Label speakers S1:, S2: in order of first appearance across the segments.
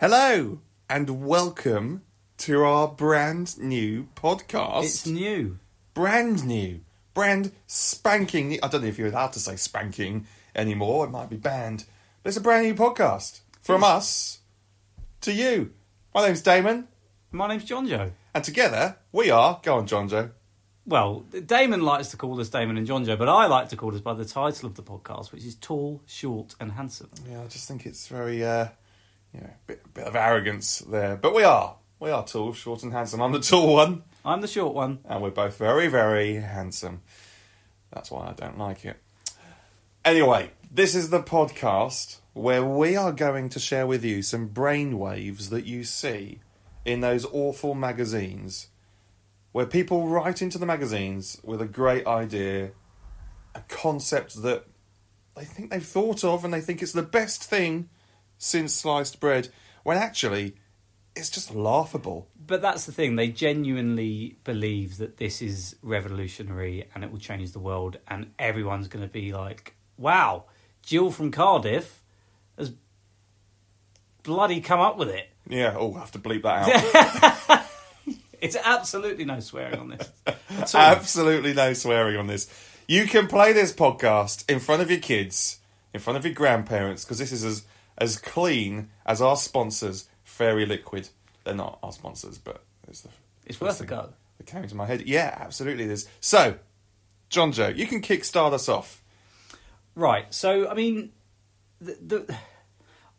S1: Hello and welcome to our brand new podcast.
S2: It's new.
S1: brand new, brand spanking. new- I don't know if you're allowed to say spanking anymore. It might be banned. But it's a brand new podcast from us to you. My name's Damon,
S2: My name's Jonjo.
S1: and together we are. Go on, Jonjo.
S2: Well, Damon likes to call us Damon and Jonjo, but I like to call us by the title of the podcast, which is Tall, Short, and Handsome.
S1: Yeah, I just think it's very, uh, you know, bit, bit of arrogance there. But we are. We are tall, short, and handsome. I'm the tall one,
S2: I'm the short one.
S1: and we're both very, very handsome. That's why I don't like it. Anyway, this is the podcast where we are going to share with you some brainwaves that you see in those awful magazines, where people write into the magazines with a great idea, a concept that they think they've thought of and they think it's the best thing since sliced bread, when actually it's just laughable.
S2: But that's the thing, they genuinely believe that this is revolutionary and it will change the world, and everyone's going to be like, wow, Jill from Cardiff has bloody come up with it.
S1: Yeah, oh, I have to bleep that out.
S2: It's absolutely no swearing on this. at all.
S1: Absolutely no swearing on this. You can play this podcast in front of your kids, in front of your grandparents, because this is as as clean as our sponsors, Fairy Liquid. They're not our sponsors, but it's the
S2: It's
S1: first
S2: worth a
S1: thing
S2: go.
S1: That came into my head. Yeah, absolutely. It is. So, John Joe, you can kickstart us off.
S2: Right. So I mean, the, the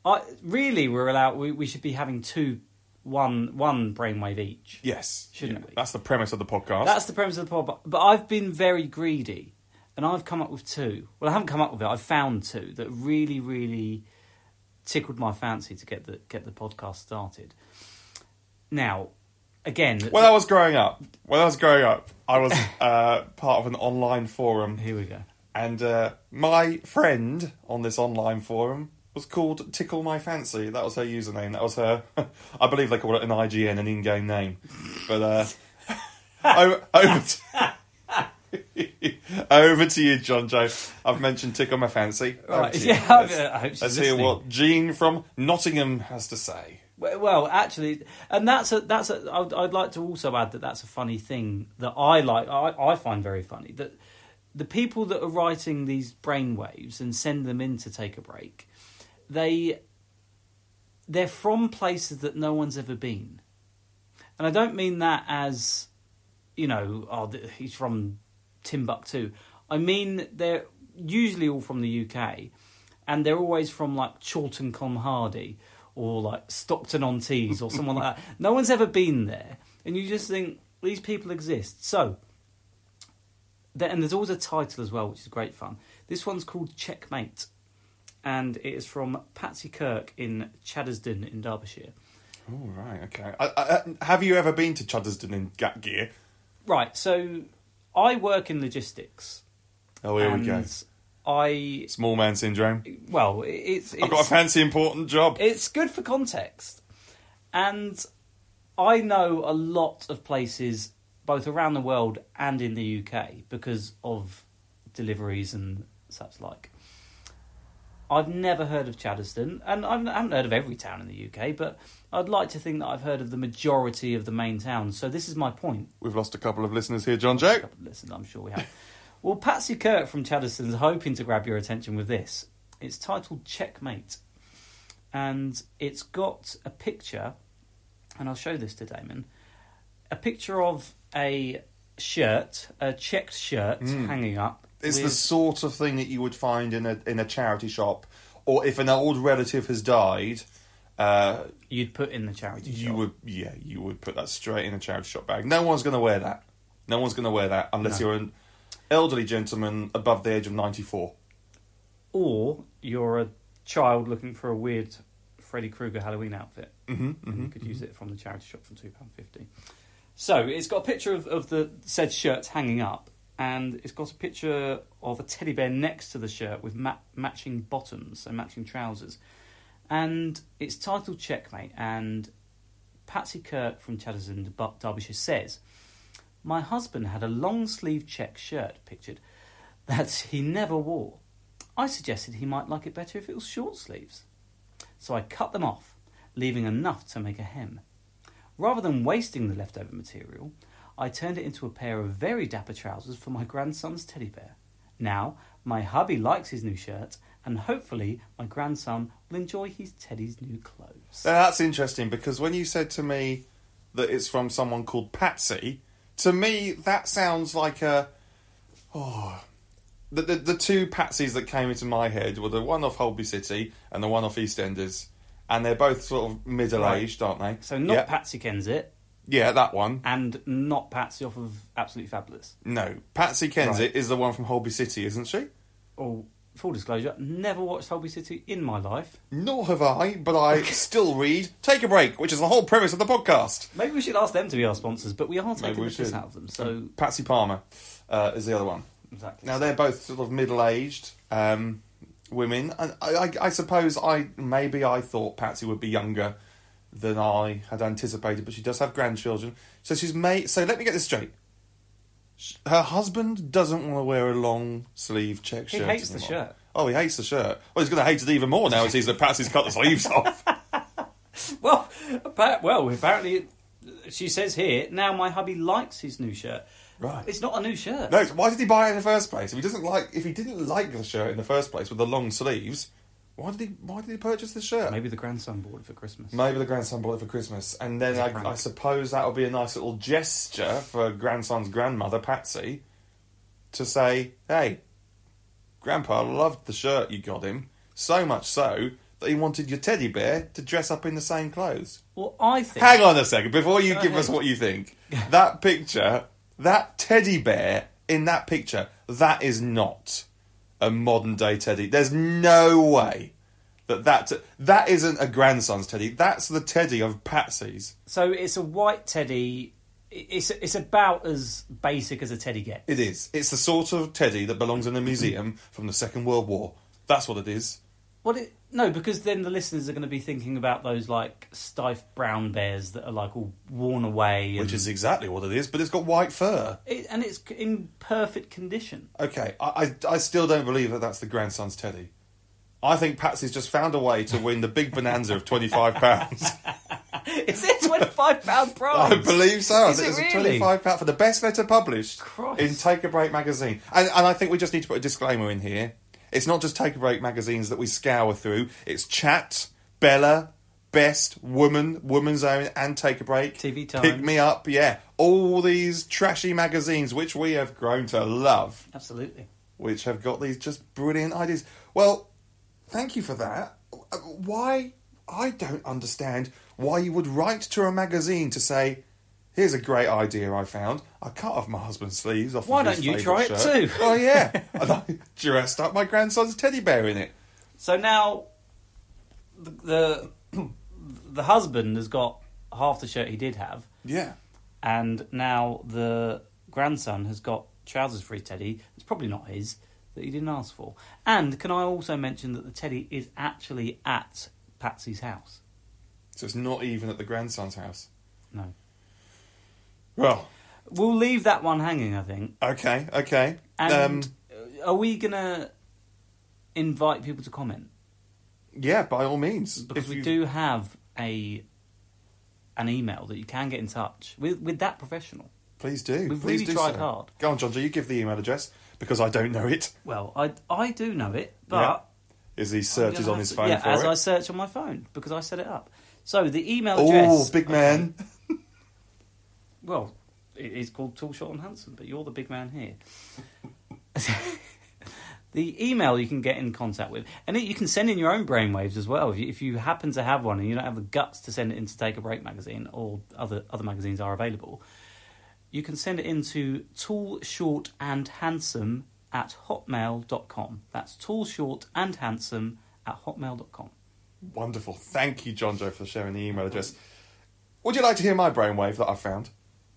S2: I really we're allowed. We, we should be having two, one one brainwave each.
S1: Yes,
S2: Shouldn't we?
S1: That's the premise of the podcast.
S2: That's the premise of the pod. But, but I've been very greedy, and I've come up with two. Well, I haven't come up with it. I've found two that really, really tickled my fancy to get the get the podcast started. Now, again,
S1: when I was growing up, when I was growing up, I was uh, part of an online forum
S2: here we go.
S1: And uh, my friend on this online forum was called Tickle My Fancy. That was her username. That was her. I believe they call it an IGN, an in-game name. But uh, o- over, to- over to you, John Joe. I've mentioned Tickle My Fancy. Over
S2: Right,
S1: to you.
S2: yeah, I
S1: Let's-
S2: hope she's
S1: Let's hear
S2: listening.
S1: what Jean from Nottingham has to say.
S2: Well, well, actually, and that's a that's a. I'd, I'd like to also add that that's a funny thing that I like. I, I find very funny that the people that are writing these brainwaves and send them in to take a break, they they're from places that no one's ever been, and I don't mean that as you know, oh, th- he's from Timbuktu. I mean, they're usually all from the UK, and they're always from like Chorlton Comhardy or like Stockton on Tees or someone like that. No one's ever been there, and you just think these people exist. So, there, and there's always a title as well, which is great fun. This one's called Checkmate, and it is from Patsy Kirk in Chaddersden in Derbyshire.
S1: All right, okay. I, I, I- have you ever been to Chuddersden in Gat Gear?
S2: Right, so I work in logistics.
S1: Oh, here
S2: and
S1: we go.
S2: I
S1: Small man syndrome.
S2: well, it's it's,
S1: I've got a fancy important job.
S2: it's good for context, and I know a lot of places both around the world and in the UK because of deliveries and such like. I've never heard of Chadderston, and I've- I haven't heard of every town in the UK, but I'd like to think that I've heard of the majority of the main towns. So this is my point.
S1: We've lost a couple of listeners here, John Joe.
S2: couple of listeners, I'm sure we have. well, Patsy Kirk from Chadderston's hoping to grab your attention with this. It's titled Checkmate, and it's got a picture, and I'll show this to Damon. A picture of a shirt, a checked shirt, hanging up.
S1: Hmm. It's the
S2: with-
S1: sort of thing that you would find in a in a charity shop, or if an old relative has died, uh,
S2: you'd put in the charity.
S1: you
S2: shop.
S1: would yeah you would put that straight in a charity shop bag. No one's going to wear that. No one's going to wear that unless you're an elderly gentleman above the age of ninety four.
S2: or you're a child looking for a weird Freddy Krueger Halloween outfit,
S1: Mm-hmm,
S2: and you could use it from the charity shop from two pound fifty. So it's got a picture of, of the said shirt hanging up, and it's got a picture of a teddy bear next to the shirt with ma- matching bottoms and matching trousers, and it's titled Checkmate. And Patsy Kirk from Chaddersden, Der- Derbyshire, says, "My husband had a long sleeve check shirt pictured that he never wore. I suggested he might like it better if it was short sleeves. So I cut them off leaving enough to make a hem. Rather than wasting the leftover material, I turned it into a pair of very dapper trousers for my grandson's teddy bear. Now, my hubby likes his new shirt, and hopefully, my grandson will enjoy his teddy's new clothes.
S1: Now, that's interesting because when you said to me that it's from someone called Patsy, to me that sounds like a oh the the, the two Patsies that came into my head were the one off Holby City and the one off EastEnders, and they're both sort of middle aged, aren't they?
S2: So, not
S1: yeah,
S2: Patsy Kensit,
S1: yeah, that one.
S2: and not Patsy off of Absolutely Fabulous.
S1: No, Patsy Kensit
S2: Right.
S1: is the one from Holby City, isn't she?
S2: Or, Oh, full disclosure, never watched Holby City in my life.
S1: Nor have I, but I still read Take a Break, which is the whole premise of the podcast.
S2: Maybe we should ask them to be our sponsors, but we are
S1: Maybe
S2: taking
S1: we
S2: the piss
S1: should.
S2: out of them. So,
S1: Patsy Palmer uh, is the other one.
S2: exactly.
S1: Now they're both sort of middle-aged um, women, and I, I, I suppose I maybe I thought Patsy would be younger than I had anticipated, but she does have grandchildren, so she's made. So let me get this straight: Sh- her husband doesn't want to wear a long sleeve check
S2: He
S1: shirt.
S2: hates the
S1: anymore.
S2: shirt.
S1: Oh, he hates the shirt. Well, he's going to hate it even more now as he's that Patsy's cut the sleeves off.
S2: Well, appa- well, apparently, she says here now my hubby likes his new shirt.
S1: Right.
S2: It's not a new shirt.
S1: No, why did he buy it in the first place? If he doesn't like, if he didn't like the shirt in the first place with the long sleeves, why did he? Why did he purchase the shirt?
S2: Maybe the grandson bought it for Christmas.
S1: Maybe the grandson bought it for Christmas, and then
S2: As a
S1: I,
S2: prank.
S1: I suppose that'll be a nice little gesture for grandson's grandmother Patsy to say, "Hey, Grandpa loved the shirt you got him so much so that he wanted your teddy bear to dress up in the same clothes."
S2: well, I think.
S1: Hang on a second before you
S2: Go
S1: give us
S2: ahead.
S1: what you think. That picture, that teddy bear in that picture, that is not a modern day teddy. There's no way that that t- that isn't a grandson's teddy. That's the teddy of Patsy's.
S2: So it's a white teddy. I- It's it's about as basic as a teddy gets.
S1: It is. It's the sort of teddy that belongs in a museum from the Second World War. That's what it is.
S2: Well, it, no, because then the listeners are going to be thinking about those like stiff brown bears that are like all worn away, and,
S1: Which is exactly what it is, but it's got white fur.
S2: it, and it's c- in perfect condition.
S1: Okay, I, I, I still don't believe that that's the grandson's teddy. I think Patsy's just found a way to win the big bonanza of twenty five pounds.
S2: Is it twenty five pound prize?
S1: I believe so. I
S2: Is
S1: think
S2: it
S1: it's a
S2: really?
S1: twenty five pound for the best letter published
S2: Christ.
S1: in Take a Break magazine. And and I think we just need to put a disclaimer in here. It's not just Take a Break magazines that we scour through. It's Chat, Bella, Best, Woman, Woman's Own, and Take a Break. Pick
S2: TV Times.
S1: Me Up. Yeah, all these trashy magazines which we have grown to love
S2: Absolutely.
S1: which have got these just brilliant ideas. Well, thank you for that. Uh, Why? I don't understand why you would write to a magazine to say, "Here's a great idea I found. I cut off my husband's sleeves off."
S2: Why
S1: of his
S2: don't you
S1: favourite
S2: try it
S1: shirt."
S2: too?
S1: Oh yeah, and I dressed up my grandson's teddy bear in it.
S2: So now, the, the the husband has got half the shirt he did have,
S1: Yeah,
S2: and now the grandson has got trousers for his teddy. It's probably not his that he didn't ask for. And can I also mention that the teddy is actually at Patsy's house?
S1: so it's not even at the grandson's house.
S2: No,
S1: Well,
S2: we'll leave that one hanging. I think.
S1: okay, okay. Um,
S2: And are we gonna invite people to comment?
S1: yeah, by all means,
S2: because
S1: If
S2: we
S1: you-
S2: do have a an email that you can get in touch with with that professional.
S1: Please do.
S2: We've
S1: please
S2: really
S1: do
S2: tried
S1: so.
S2: hard.
S1: Go on, John. Do you give the email address because I don't know it.
S2: Well, I I do know it, but
S1: Is he searches
S2: I'm gonna
S1: on
S2: have
S1: his
S2: to-
S1: phone
S2: Yeah,
S1: for
S2: as
S1: it?
S2: I search on my phone because I set it up. So the email
S1: oh,
S2: address.
S1: big man.
S2: Well, it is called Tall, Short, and Handsome, but you're the big man here. the email you can get in contact with, and it, you can send in your own brainwaves as well. If you, if you happen to have one and you don't have the guts to send it in to Take a Break magazine, or other other magazines are available, you can send it in to Tall, Short, and Handsome at hotmail.com. That's Tall, Short, and Handsome at hotmail.com.
S1: Wonderful. Thank you, John Joe, for sharing the email address. Would you like to hear my brainwave that I found?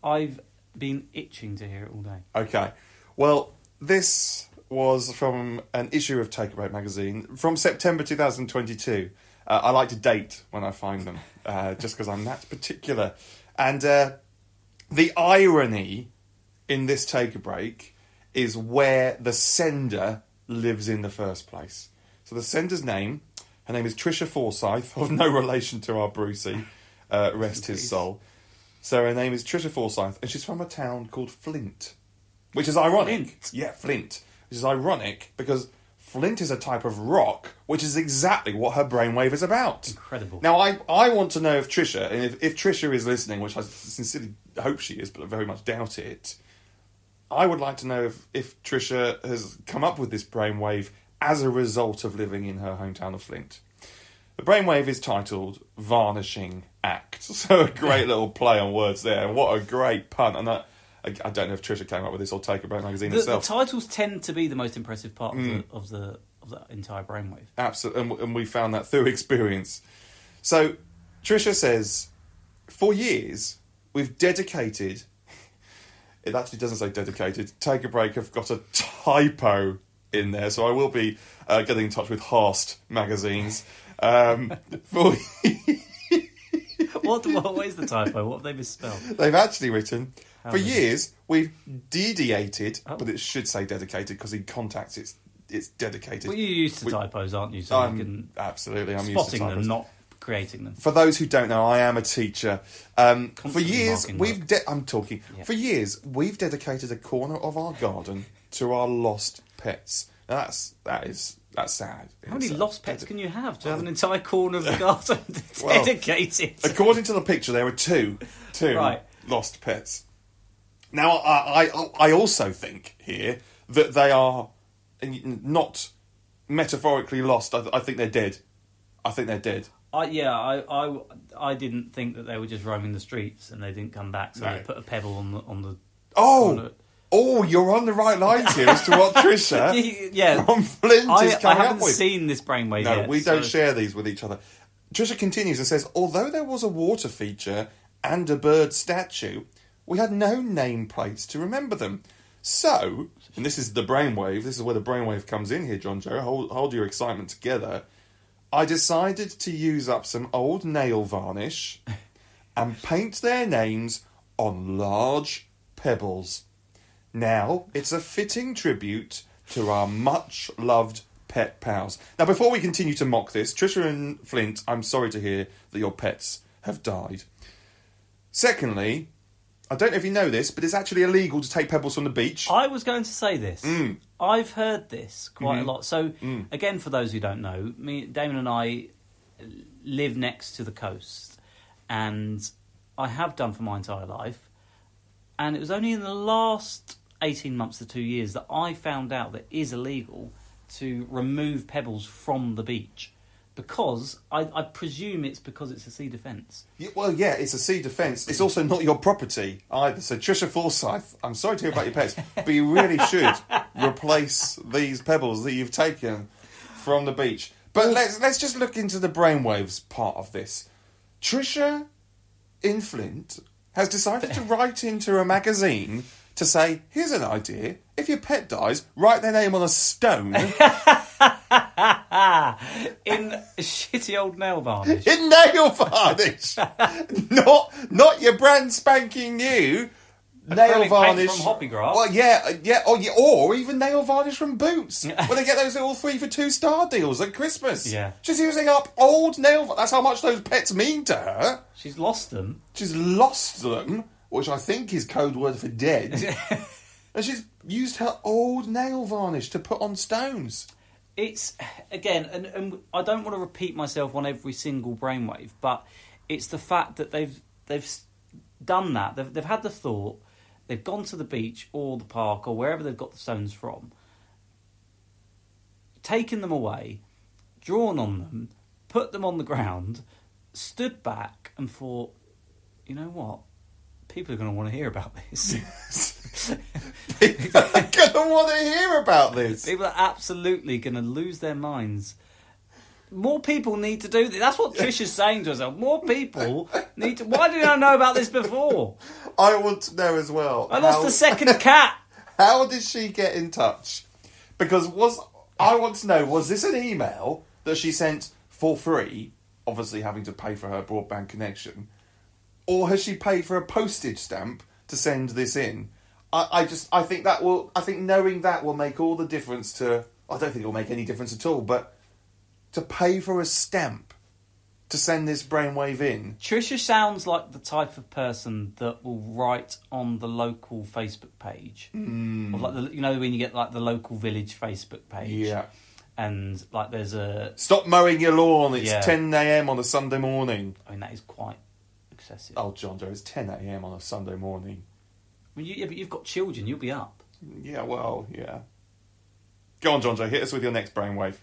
S2: I've been itching to hear it all day.
S1: Okay. Well, this was from an issue of Take a Break magazine from September 2022. Uh, I like to date when I find them, uh, just because I'm that particular. And uh, the irony in this Take a Break is where the sender lives in the first place. So the sender's name, her Her name is Trisha Forsyth, of no relation to our Brucey. Uh, rest his
S2: Jeez.
S1: soul. So her name is Trisha Forsyth, and she's from a town called Flint, which is ironic.
S2: Flint?
S1: Yeah, Flint, which is ironic because Flint is a type of rock, which is exactly what her brainwave is about.
S2: Incredible.
S1: Now, I, I want to know if Trisha, and if, if Trisha is listening, which I sincerely hope she is, but I very much doubt it, I would like to know if, if Trisha has come up with this brainwave as a result of living in her hometown of Flint. The brainwave is titled Varnishing Act. So a great little play on words there, and what a great pun. And I, I, I don't know if Trisha came up with this or Take a Break magazine
S2: The, the
S1: herself.
S2: titles tend to be the most impressive part
S1: Mm.
S2: of, the, of the of the entire brainwave.
S1: Absolutely, and, and we found that through experience. So, Trisha says, for years we've dedicated. It actually doesn't say dedicated. Take a break. I've got a typo in there, so I will be uh, getting in touch with Harst magazines. Um, for
S2: What, what what is the typo? What have they misspelled?
S1: they've actually written. for
S2: many?
S1: years we've dediated,
S2: Oh.
S1: but it should say dedicated because in contacts it's it's dedicated.
S2: Well, you're used to
S1: We-
S2: typos, aren't you? So
S1: I'm
S2: you can
S1: absolutely. I'm used to
S2: spotting them,
S1: typos.
S2: not creating them.
S1: for those who don't know, I am a teacher. Um, for
S2: Constantly
S1: years,
S2: marking
S1: we've de- I'm talking
S2: Yeah.
S1: for years we've dedicated a corner of our garden to our lost pets. Now that's that is that's sad.
S2: How many
S1: It's, uh,
S2: lost pets can you have to have an entire corner of the garden
S1: Well,
S2: dedicated?
S1: According to the picture, there are two, two
S2: Right.
S1: lost pets. Now, I, I, I also think here that they are not metaphorically lost. I, I think they're dead. I think they're dead.
S2: I, yeah, I, I, I didn't think that they were just roaming the streets and they didn't come back, so
S1: No.
S2: they put a pebble on the on the. on
S1: Oh,
S2: the-
S1: oh, you're on the right lines here as to what Trisha
S2: Y- yeah.
S1: from Flint is
S2: I, I
S1: coming up
S2: haven't
S1: with.
S2: seen this brainwave
S1: no,
S2: yet.
S1: we don't
S2: so-
S1: share these with each other. Trisha continues and says, although there was a water feature and a bird statue, we had no nameplates to remember them. So, and this is the brainwave, this is where the brainwave comes in here, John Joe, hold, hold your excitement together. I decided to use up some old nail varnish and paint their names on large pebbles. Now it's a fitting tribute to our much loved pet pals. Now, before we continue to mock this, Trisha and Flint, I'm sorry to hear that your pets have died. Secondly, I don't know if you know this, but it's actually illegal to take pebbles from the beach.
S2: I was going to say this. I've heard this quite a lot. So, again, for those who don't know, me, Damon and I live next to the coast, and I have done for my entire life. And it was only in the last 18 months to two years that I found out that it is illegal to remove pebbles from the beach because I, I presume it's because it's a sea defence.
S1: Yeah, Well, yeah, it's a sea defence. It's also not your property either. So, Trisha Forsyth, I'm sorry to hear about your pets, but you really should replace these pebbles that you've taken from the beach. But let's let's just look into the brainwaves part of this. Trisha in Flint has decided to write into a magazine to say, "Here's an idea. If your pet dies, write their name on a stone in
S2: Ah, in shitty old nail varnish.
S1: nail varnish, not not your brand spanking new."
S2: Acrylic
S1: Nail
S2: paint
S1: varnish
S2: from Hoppy Grass.
S1: Well, yeah, uh, yeah, or, yeah, or even nail varnish from Boots. Where they get those little three for two star deals at Christmas.
S2: Yeah.
S1: she's using up old nail. var- That's how much those pets mean to her.
S2: She's lost them.
S1: She's lost them, which I think is code word for dead. and she's used her old nail varnish to put on stones.
S2: it's again, and, and I don't want to repeat myself on every single brainwave, but it's the fact that they've they've s- done that. They've they've had the thought. They've gone to the beach or the park or wherever they've got the stones from, taken them away, drawn on them, put them on the ground, stood back and thought, you know what, people are going to want to hear about this.
S1: People are going to want to hear about this.
S2: People are absolutely going to lose their minds. More people need to do this. That's what Trisha's saying to herself. More people need to. Why didn't I know about this before?
S1: I want to know as well.
S2: I lost
S1: how-
S2: the second cat.
S1: How did she get in touch? Because was I want to know was this an email that she sent for free, obviously having to pay for her broadband connection, or has she paid for a postage stamp to send this in? I, I just I think that will I think knowing that will make all the difference to I don't think it will make any difference at all, but to pay for a stamp to send this brainwave in.
S2: Trisha sounds like the type of person that will write on the local Facebook page,
S1: Hmm.
S2: or like the, you know when you get like the local village Facebook page,
S1: Yeah.
S2: and like there's a.
S1: Stop mowing your lawn. It's
S2: Yeah.
S1: 10 a.m. on a Sunday morning.
S2: I mean that is quite excessive.
S1: Oh, John Joe, it's 10 a.m. on a Sunday morning.
S2: I mean, you, yeah, but you've got children, you'll be up.
S1: Yeah, well, yeah. Go on, John Joe. Hit us with your next brainwave.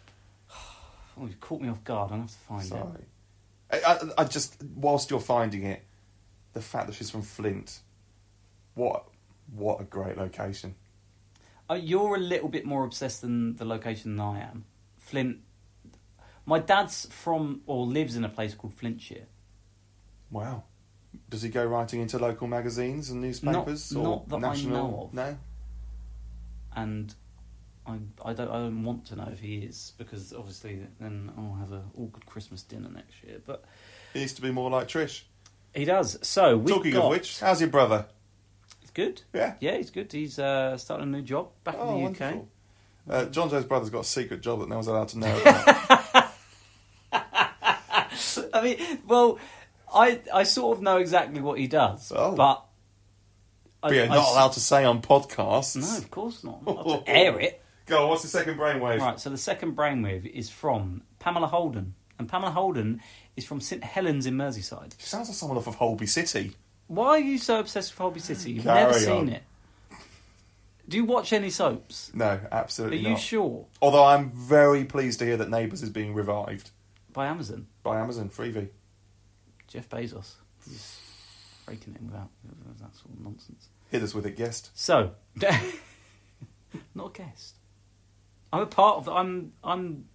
S2: Oh, you caught me off guard. I'm gonna have to find
S1: Sorry.
S2: out.
S1: I, I, I just, whilst you're finding it, the fact that she's from Flint, what, what a great location.
S2: Uh, you're a little bit more obsessed than the location than I am. Flint. My dad's from or lives in a place called Flintshire.
S1: Wow. Does he go writing into local magazines and newspapers or
S2: not that I
S1: national?
S2: know of.
S1: No.
S2: and I, I don't I don't want to know if he is because obviously then I'll have a awkward Christmas dinner next year. But
S1: He needs to be more like Trish.
S2: he does. So we
S1: Talking
S2: got,
S1: of which, how's your brother?
S2: he's good.
S1: Yeah.
S2: Yeah, he's good. He's uh, starting a new job back
S1: oh,
S2: in the UK.
S1: wonderful. Uh, John Joe's brother's got a secret job that no one's allowed to know uh, about.
S2: I mean, well, I I sort of know exactly what he does,
S1: Oh.
S2: but
S1: but yeah,
S2: I- I
S1: not
S2: s-
S1: allowed to say on podcasts.
S2: No, of course not. Not to air it.
S1: Go on, what's the second brainwave?
S2: Right. So the second brainwave is from Pamela Holden, and Pamela Holden is from St Helens in Merseyside.
S1: She sounds like someone off of Holby City.
S2: Why are you so obsessed with Holby City? You've
S1: Carry
S2: never seen
S1: on.
S2: it. Do you watch any soaps?
S1: No,
S2: Are
S1: absolutely
S2: you
S1: not.
S2: sure?
S1: Although I'm very pleased to hear that Neighbours is being revived
S2: By Amazon,
S1: by Amazon Freevee.
S2: Jeff Bezos. He's breaking it without that sort of nonsense.
S1: Hit us with it, guest.
S2: So, not a guest. I'm a part of. The, I'm I'm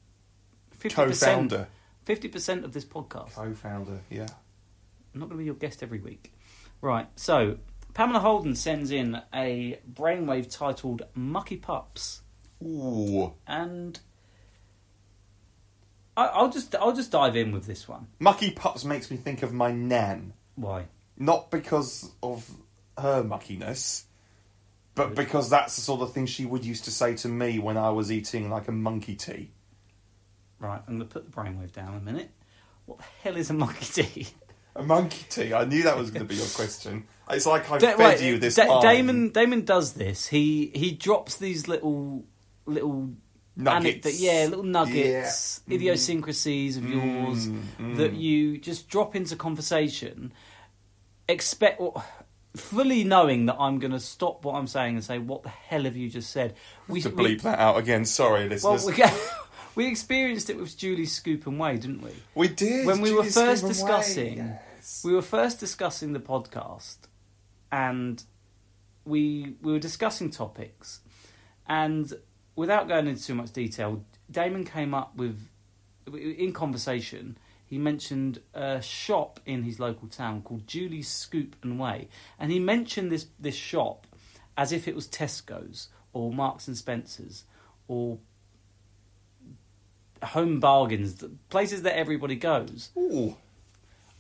S2: fifty percent
S1: Co-founder.
S2: fifty percent of this podcast.
S1: Co-founder, yeah.
S2: I'm not going to be your guest every week. Right. So Pamela Holden sends in a brainwave titled "Mucky Pups."
S1: Ooh.
S2: and I, I'll just I'll just dive in with this one.
S1: Mucky Pups makes me think of my nan.
S2: Why?
S1: Not because of her muckiness, but because that's the sort of thing she would used to say to me when I was eating like a monkey tea.
S2: Right, I'm gonna put the brainwave down a minute. What the hell is a monkey tea?
S1: A monkey tea? I knew that was going to be your question. It's like I
S2: Da-
S1: fed
S2: right,
S1: you this
S2: Da-
S1: line.
S2: Damon Damon does this. He he drops these little little
S1: Nuggets. Mm.
S2: anecdote- yeah, little nuggets, idiosyncrasies of yours that you just drop into conversation, expect or, fully knowing that I'm going to stop what I'm saying and say, "What the hell have you just said?" We
S1: To
S2: we-
S1: bleep that out again. Sorry,
S2: Well,
S1: listeners.
S2: we, we experienced it with Julie Scoop and Way, didn't we?
S1: we, did.
S2: When we
S1: Judy
S2: were
S1: Stephen
S2: first
S1: Way,
S2: discussing,
S1: yes.
S2: we were first discussing the podcast, and we we were discussing topics, and without going into too much detail, Damon came up with in conversation. He mentioned a shop in his local town called Julie's Scoop and Way, and he mentioned this this shop as if it was Tesco's or Marks and Spencers or home bargains, the places that everybody goes.
S1: Ooh.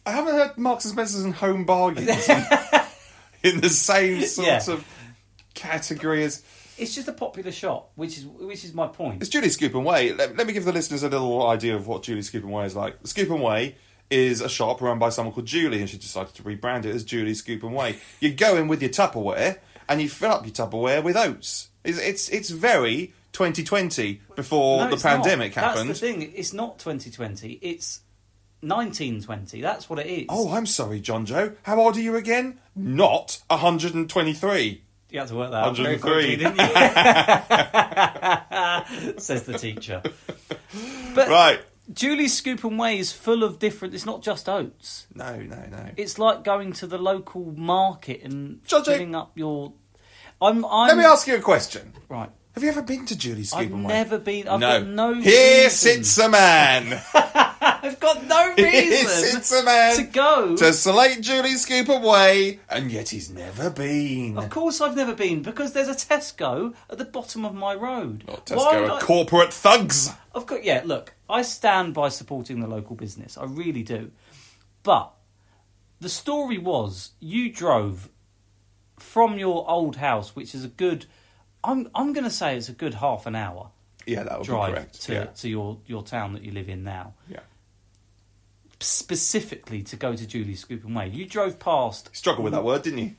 S1: I haven't heard Marks and Spencer's and Home Bargains in, in the same sort
S2: Yeah.
S1: of category as.
S2: It's just a popular shop, which is which is my point.
S1: It's Julie Scoop and Way. Let, let me give the listeners a little idea of what Julie Scoop and Way is like. Scoop and Way is a shop run by someone called Julie, and she decided to rebrand it as Julie Scoop and Way. You go in with your Tupperware, and you fill up your Tupperware with oats. It's it's, it's very 2020 before
S2: No,
S1: the
S2: it's not.
S1: pandemic happened.
S2: That's the thing. It's not 2020. It's 1920. That's what it is.
S1: Oh, I'm sorry, John Joe. How old are you again? Not 123.
S2: you had to work that out very
S1: 103.
S2: quickly, didn't you? Says the teacher. But
S1: Right.
S2: Julie's Scoop and Way is full of different. It's not just oats.
S1: No, no, no.
S2: It's like going to the local market and
S1: Judge,
S2: filling up your. I'm. I'm
S1: Let me ask you a question.
S2: Right.
S1: Have you ever been to Julie Scoop
S2: I've
S1: and Way?
S2: never been. I've
S1: no.
S2: got no.
S1: Here
S2: reason.
S1: sits a man.
S2: I've got no
S1: Here
S2: reason
S1: sits a man.
S2: to go.
S1: to select Julie Scoop away, and yet he's never been.
S2: Of course, I've never been because there's a Tesco at the bottom of my road.
S1: Not
S2: Why
S1: Tesco,
S2: would
S1: are
S2: I-
S1: corporate thugs.
S2: of course, yeah. Look, I stand by supporting the local business. I really do. But the story was you drove from your old house, which is a good. I'm I'm going to say it's a good half an hour
S1: Yeah, that would be
S2: drive
S1: correct.
S2: to,
S1: yeah.
S2: to your, your town that you live in now,
S1: yeah.
S2: specifically to go to Julie Scooping Way. You drove past.
S1: Struggled with that word, didn't you?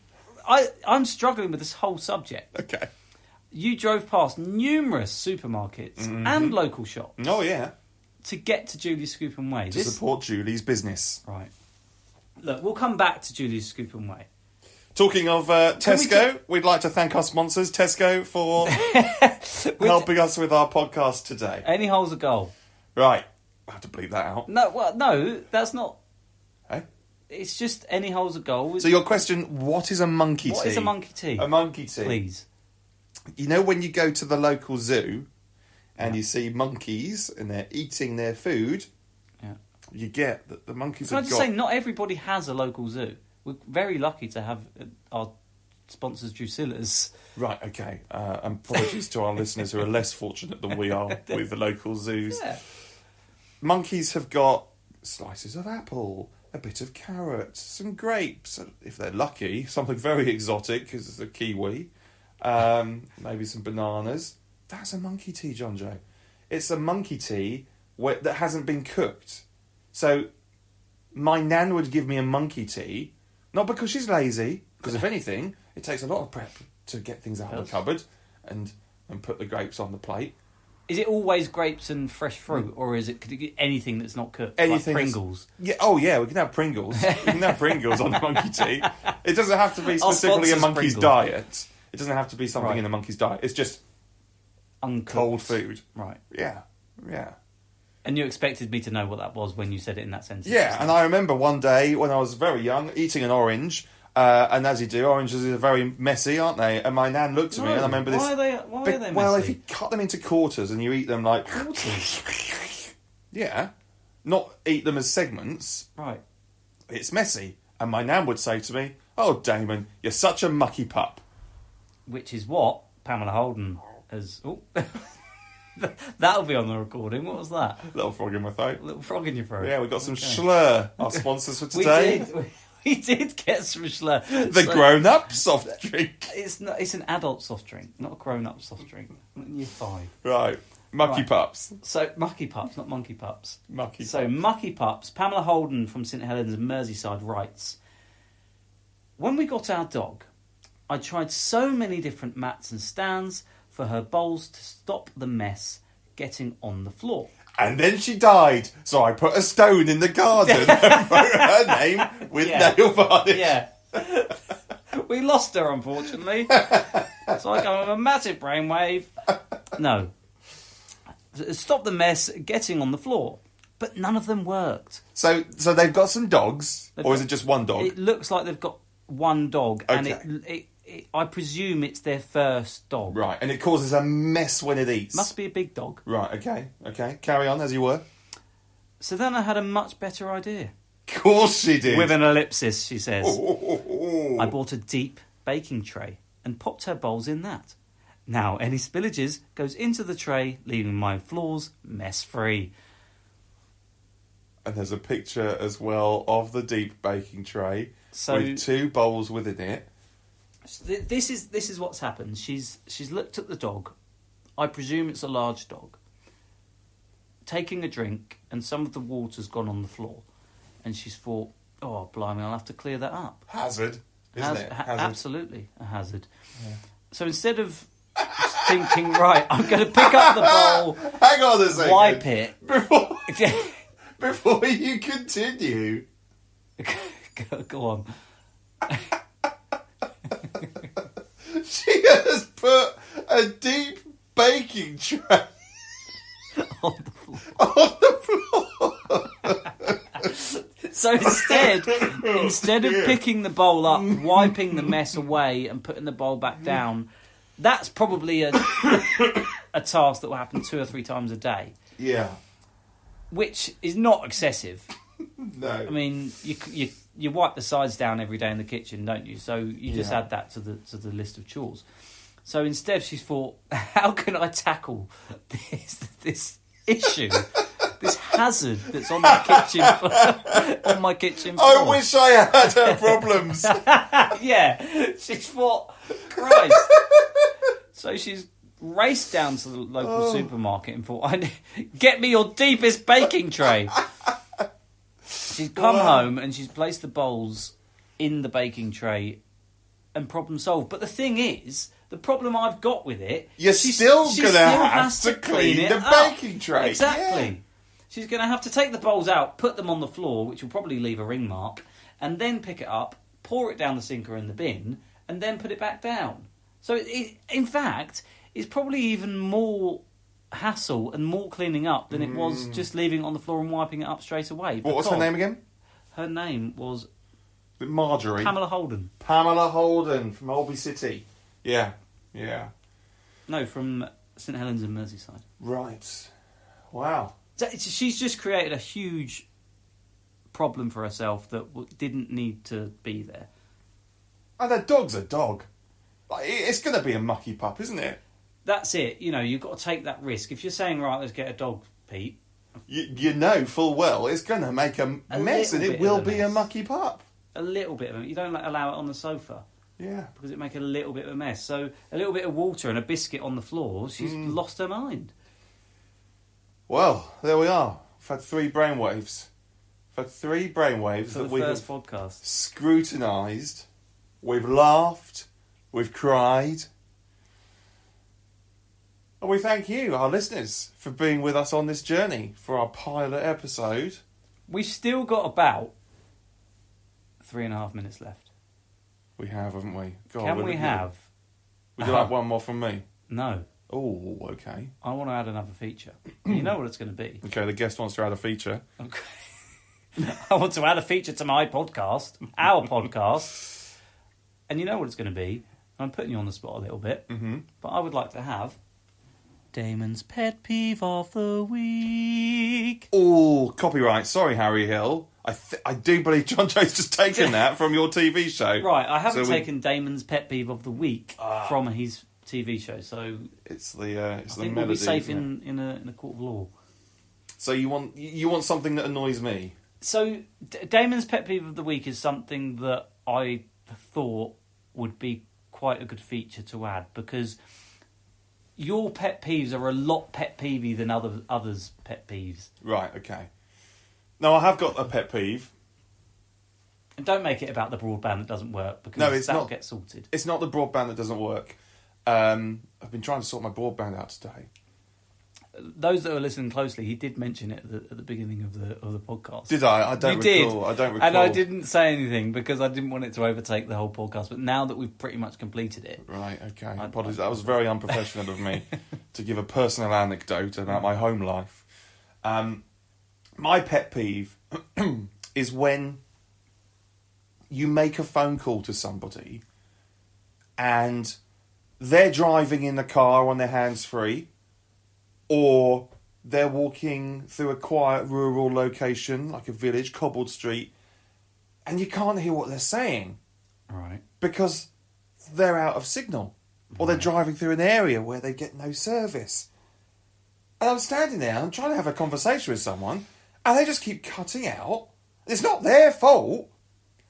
S2: I, I'm struggling with this whole subject.
S1: Okay.
S2: You drove past numerous supermarkets
S1: Mm-hmm.
S2: and local shops
S1: Oh, yeah.
S2: to get to Julie Scooping Way.
S1: To support Julie's business.
S2: Right. Look, we'll come back to Julie's Scoop and Way.
S1: Talking of uh,
S2: Can we
S1: Tesco, we would like to thank our sponsors, Tesco, for helping us with our podcast today.
S2: Any hole's a goal.
S1: Right. I have to bleep that out.
S2: No, well, no, that's not.
S1: Eh?
S2: It's just any hole's a goal.
S1: So, your question what is a monkey
S2: What
S1: tea?
S2: is a monkey tea?
S1: A monkey tea.
S2: Please.
S1: You know, when you go to the local zoo and you see monkeys and they're eating their food,
S2: Yeah.
S1: you get that the monkeys
S2: Can I
S1: have
S2: just
S1: got.
S2: say, not everybody has a local zoo. We're very lucky to have uh, our sponsors, Drusilla's.
S1: Right, okay. Uh, and apologies to our listeners who are less fortunate than we are with the local zoos.
S2: Yeah.
S1: Monkeys have got slices of apple, a bit of carrot, some grapes, and if they're lucky, something very exotic because it's a kiwi, um, maybe some bananas. That's a monkey tea, John Joe. It's a monkey tea where, that hasn't been cooked. So my nan would give me a monkey tea, not because she's lazy, because if anything, it takes a lot of prep to get things out of
S2: Does.
S1: the cupboard and, and put the grapes on the plate.
S2: Is it always grapes and fresh fruit, or is it, could it get anything that's not cooked?
S1: Mm. Anything
S2: Like
S1: that's-
S2: Pringles.
S1: Yeah. Oh, yeah. We can have Pringles. we can have Pringles on the monkey tea. It doesn't have to be
S2: Our
S1: specifically a
S2: sponsor's
S1: monkey's
S2: Pringles.
S1: diet. It doesn't have to be something
S2: Right.
S1: in a monkey's diet. It's just
S2: Uncooked.
S1: cold food.
S2: Right.
S1: Yeah. Yeah.
S2: And you expected me to know what that was when you said it in that sentence.
S1: Yeah. And I remember one day when I was very young eating an orange. Uh, and as you do, oranges are very messy, aren't they? And my nan looked at me, and I
S2: No,
S1: remember this.
S2: why are they- why are
S1: big-
S2: they
S1: Well, if
S2: messy?
S1: you cut them into quarters and you eat them like yeah, not eat them as segments,
S2: Right.
S1: it's messy. And my nan would say to me, "Oh, Damon, you're such a mucky pup."
S2: which is what Pamela Holden has. Oh, that'll be on the recording. What was that?
S1: Little frog in my throat.
S2: little frog in your throat.
S1: Yeah, we got some
S2: Okay.
S1: Schlur, our sponsors for
S2: We
S1: today.
S2: did. We, did get some schlur.
S1: The
S2: So
S1: grown up soft drink.
S2: It's not. It's an adult soft drink, not a grown-up soft drink. Not in Year five.
S1: Right. Mucky
S2: Right.
S1: pups.
S2: So mucky pups, not monkey pups.
S1: Mucky
S2: so mucky pups. Pamela Holden from St Helens in Merseyside writes. When we got our dog, I tried so many different mats and stands for her bowls to stop the mess getting on the floor.
S1: And then she died, so I put a stone in the garden and wrote her name with
S2: Yeah.
S1: nail varnish.
S2: yeah. we lost her, unfortunately. so I go with a massive brainwave. No. Stop the mess getting on the floor. But none of them worked.
S1: So so they've got some dogs,
S2: They've
S1: or is
S2: got-
S1: it just one dog?
S2: It looks like they've got one dog, and it, it, it, I presume it's their first dog.
S1: Right, and it causes a mess when it eats.
S2: Must be a big dog.
S1: Right, okay, okay. Carry on as you were.
S2: So then I had a much better idea.
S1: Of course she did.
S2: With an ellipsis, she says.
S1: Oh, oh, oh, oh.
S2: I bought a deep baking tray and popped her bowls in that. Now any spillages goes into the tray, leaving my floors mess free.
S1: And there's a picture as well of the deep baking tray
S2: So-
S1: with two bowls within it.
S2: This is this is what's happened. She's she's looked at the dog. I presume it's a large dog. Taking a drink and some of the water's gone on the floor, and she's thought, "Oh blimey, I'll have to clear that up."
S1: Hazard, isn't
S2: Haz-
S1: it?
S2: ha- absolutely a hazard. So instead of thinking, right, I'm going to pick up the bowl,
S1: Hang on a second.
S2: wipe it,
S1: Before, before you continue,
S2: go, go on.
S1: she has put a deep baking tray
S2: On the floor.
S1: on the floor.
S2: So instead, instead of
S1: dear.
S2: picking the bowl up, wiping the mess away, and putting the bowl back down, that's probably a a task that will happen two or three times a day,
S1: Yeah.
S2: which is not excessive.
S1: No.
S2: I mean, you c- you you wipe the sides down every day in the kitchen, don't you? So you just
S1: Yeah.
S2: add that to the to the list of chores. So instead, she's thought, how can I tackle this this issue, this hazard that's on my kitchen flo- on my kitchen floor?
S1: I wish I had her problems.
S2: yeah, she's thought, Christ. so she's raced down to the local supermarket and thought, I need- "Get me your deepest baking tray." she's come
S1: Wow.
S2: home and she's placed the bowls in the baking tray, and problem solved. But the thing is, the problem I've got with it,
S1: You're
S2: she's-
S1: still
S2: she
S1: gonna have
S2: has
S1: to clean
S2: it
S1: the
S2: up.
S1: baking tray,
S2: Exactly.
S1: yeah.
S2: She's going to have to take the bowls out, put them on the floor, which will probably leave a ring mark, and then pick it up, pour it down the sink or in the bin, and then put it back down. So, it, it, in fact, it's probably even more hassle and more cleaning up than it was just leaving it on the floor and wiping it up straight away.
S1: Mm. What was her
S2: because
S1: name again?
S2: Her name was
S1: Marjorie.
S2: Pamela Holden.
S1: Pamela Holden from Holby City. Yeah, yeah.
S2: No, from St Helens in Merseyside.
S1: Right. Wow.
S2: So it's- She's just created a huge problem for herself that w- didn't need to be there.
S1: And a Oh, dog's a dog. Like, it- it's going to be a mucky pup, isn't it?
S2: that's it. You know, you've got to take that risk. If you're saying, right, let's get a dog, Pete,
S1: You, you know full well it's going to make a,
S2: A
S1: mess and
S2: little
S1: it
S2: bit
S1: will
S2: of a
S1: be a
S2: mess.
S1: mucky pup.
S2: a little bit of it. You don't like, allow it on the sofa
S1: Yeah.
S2: because it make a little bit of a mess. So a little bit of water and a biscuit on the floor, she's lost her mind.
S1: Well, there we are. We've had three brainwaves. We've had three brainwaves
S2: For
S1: that
S2: the
S1: we have
S2: first podcast.
S1: scrutinised, we've laughed, we've cried. And we thank you, our listeners, for being with us on this journey for our pilot episode.
S2: We've still got about three and a half minutes left.
S1: We have, haven't we? God,
S2: Can
S1: would
S2: we
S1: it-
S2: have?
S1: Would you like one more from me?
S2: No.
S1: Oh, okay.
S2: I want to add another feature. you know what it's going to be.
S1: Okay, the guest wants to add a feature.
S2: Okay. I want to add a feature to my podcast, our podcast. And you know what it's going to be. I'm putting you on the spot a little bit, mm-hmm. but I would like to have Damon's pet peeve of the week.
S1: Oh, copyright. Sorry, Harry Hill. I th- I do believe John Joe's just taken that from your TV show.
S2: Right, I haven't
S1: So we- Ah.
S2: taken Damon's pet peeve of the week from his TV show, so
S1: It's the uh, it's
S2: I
S1: the
S2: think we'll
S1: melody.
S2: be safe
S1: isn't it?
S2: in, in, a, in a court of law.
S1: So you want you- you want something that annoys me?
S2: So, D- Damon's pet peeve of the week is something that I thought would be quite a good feature to add because your pet peeves are a lot pet peevey than other others' pet peeves.
S1: Right, okay. No, I have got a pet peeve.
S2: And don't make it about the broadband that doesn't work because
S1: No, it's
S2: that'll
S1: not.
S2: get sorted.
S1: It's not the broadband that doesn't work. Um, I've been trying to sort my broadband out today.
S2: Those that are listening closely, he did mention it at the, at the beginning of the of the podcast.
S1: Did I? I don't
S2: you
S1: recall.
S2: did.
S1: I don't recall.
S2: And I didn't say anything because I didn't want it to overtake the whole podcast. But now that we've pretty much completed it,
S1: Right, okay.
S2: I-
S1: Apologies. That was very unprofessional of me to give a personal anecdote about my home life. Um, my pet peeve is when you make a phone call to somebody and they're driving in the car on their hands free or they're walking through a quiet rural location like a village, cobbled street, and you can't hear what they're saying
S2: right?
S1: because they're out of signal or they're driving through an area where they get no service. And I'm standing there, I'm trying to have a conversation with someone, and they just keep cutting out. It's not their fault.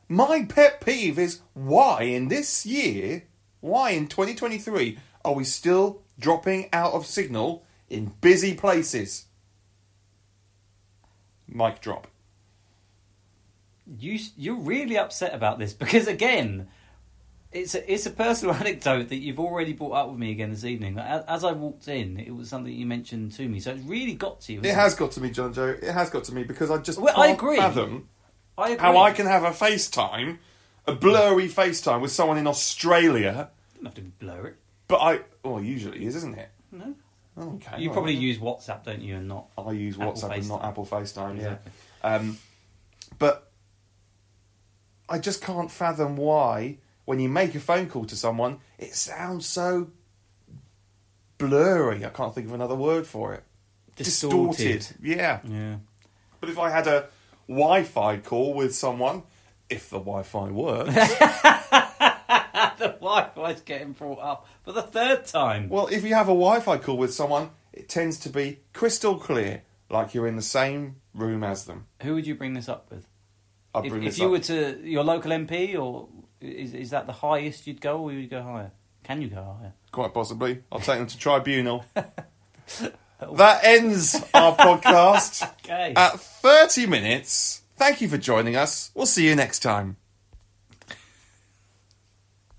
S1: My pet peeve is why in this year, why in 2023 are we still dropping out of signal in busy places? Mic drop.
S2: you you're really upset about this because again it's a, it's a personal anecdote that you've already brought up with me again this evening as, as i walked in it was something you mentioned to me so it's really got to you
S1: It
S2: hasn't
S1: has got to me, John Joe. It has got to me because I just
S2: Well, I
S1: can't
S2: agree.
S1: fathom
S2: I agree.
S1: how I can have a FaceTime, a blurry FaceTime with someone in Australia,
S2: You don't have to blur it
S1: but I well usually is, isn't it?
S2: no
S1: Okay.
S2: you
S1: well,
S2: probably use whatsapp don't you and not
S1: I use
S2: Apple
S1: WhatsApp and not
S2: FaceTime.
S1: Apple FaceTime.
S2: Exactly.
S1: Yeah. Um, but I just can't fathom why when you make a phone call to someone, it sounds so blurry. I can't think of another word for it. Yeah.
S2: yeah
S1: But if I had a Wi-Fi call with someone, if the Wi-Fi works.
S2: the wi-fi's getting brought up for the third time
S1: Well, if you have a Wi-Fi call with someone, it tends to be crystal clear, like you're in the same room as them.
S2: who would you bring this up with
S1: I'll
S2: if,
S1: bring
S2: if
S1: this
S2: you
S1: up.
S2: were to your local mp or is, is that the highest you'd go or would you go higher Can you go higher?
S1: Quite possibly. I'll take them to tribunal. that ends our podcast
S2: Okay.
S1: at 30 minutes. Thank you for joining us. We'll see you next time.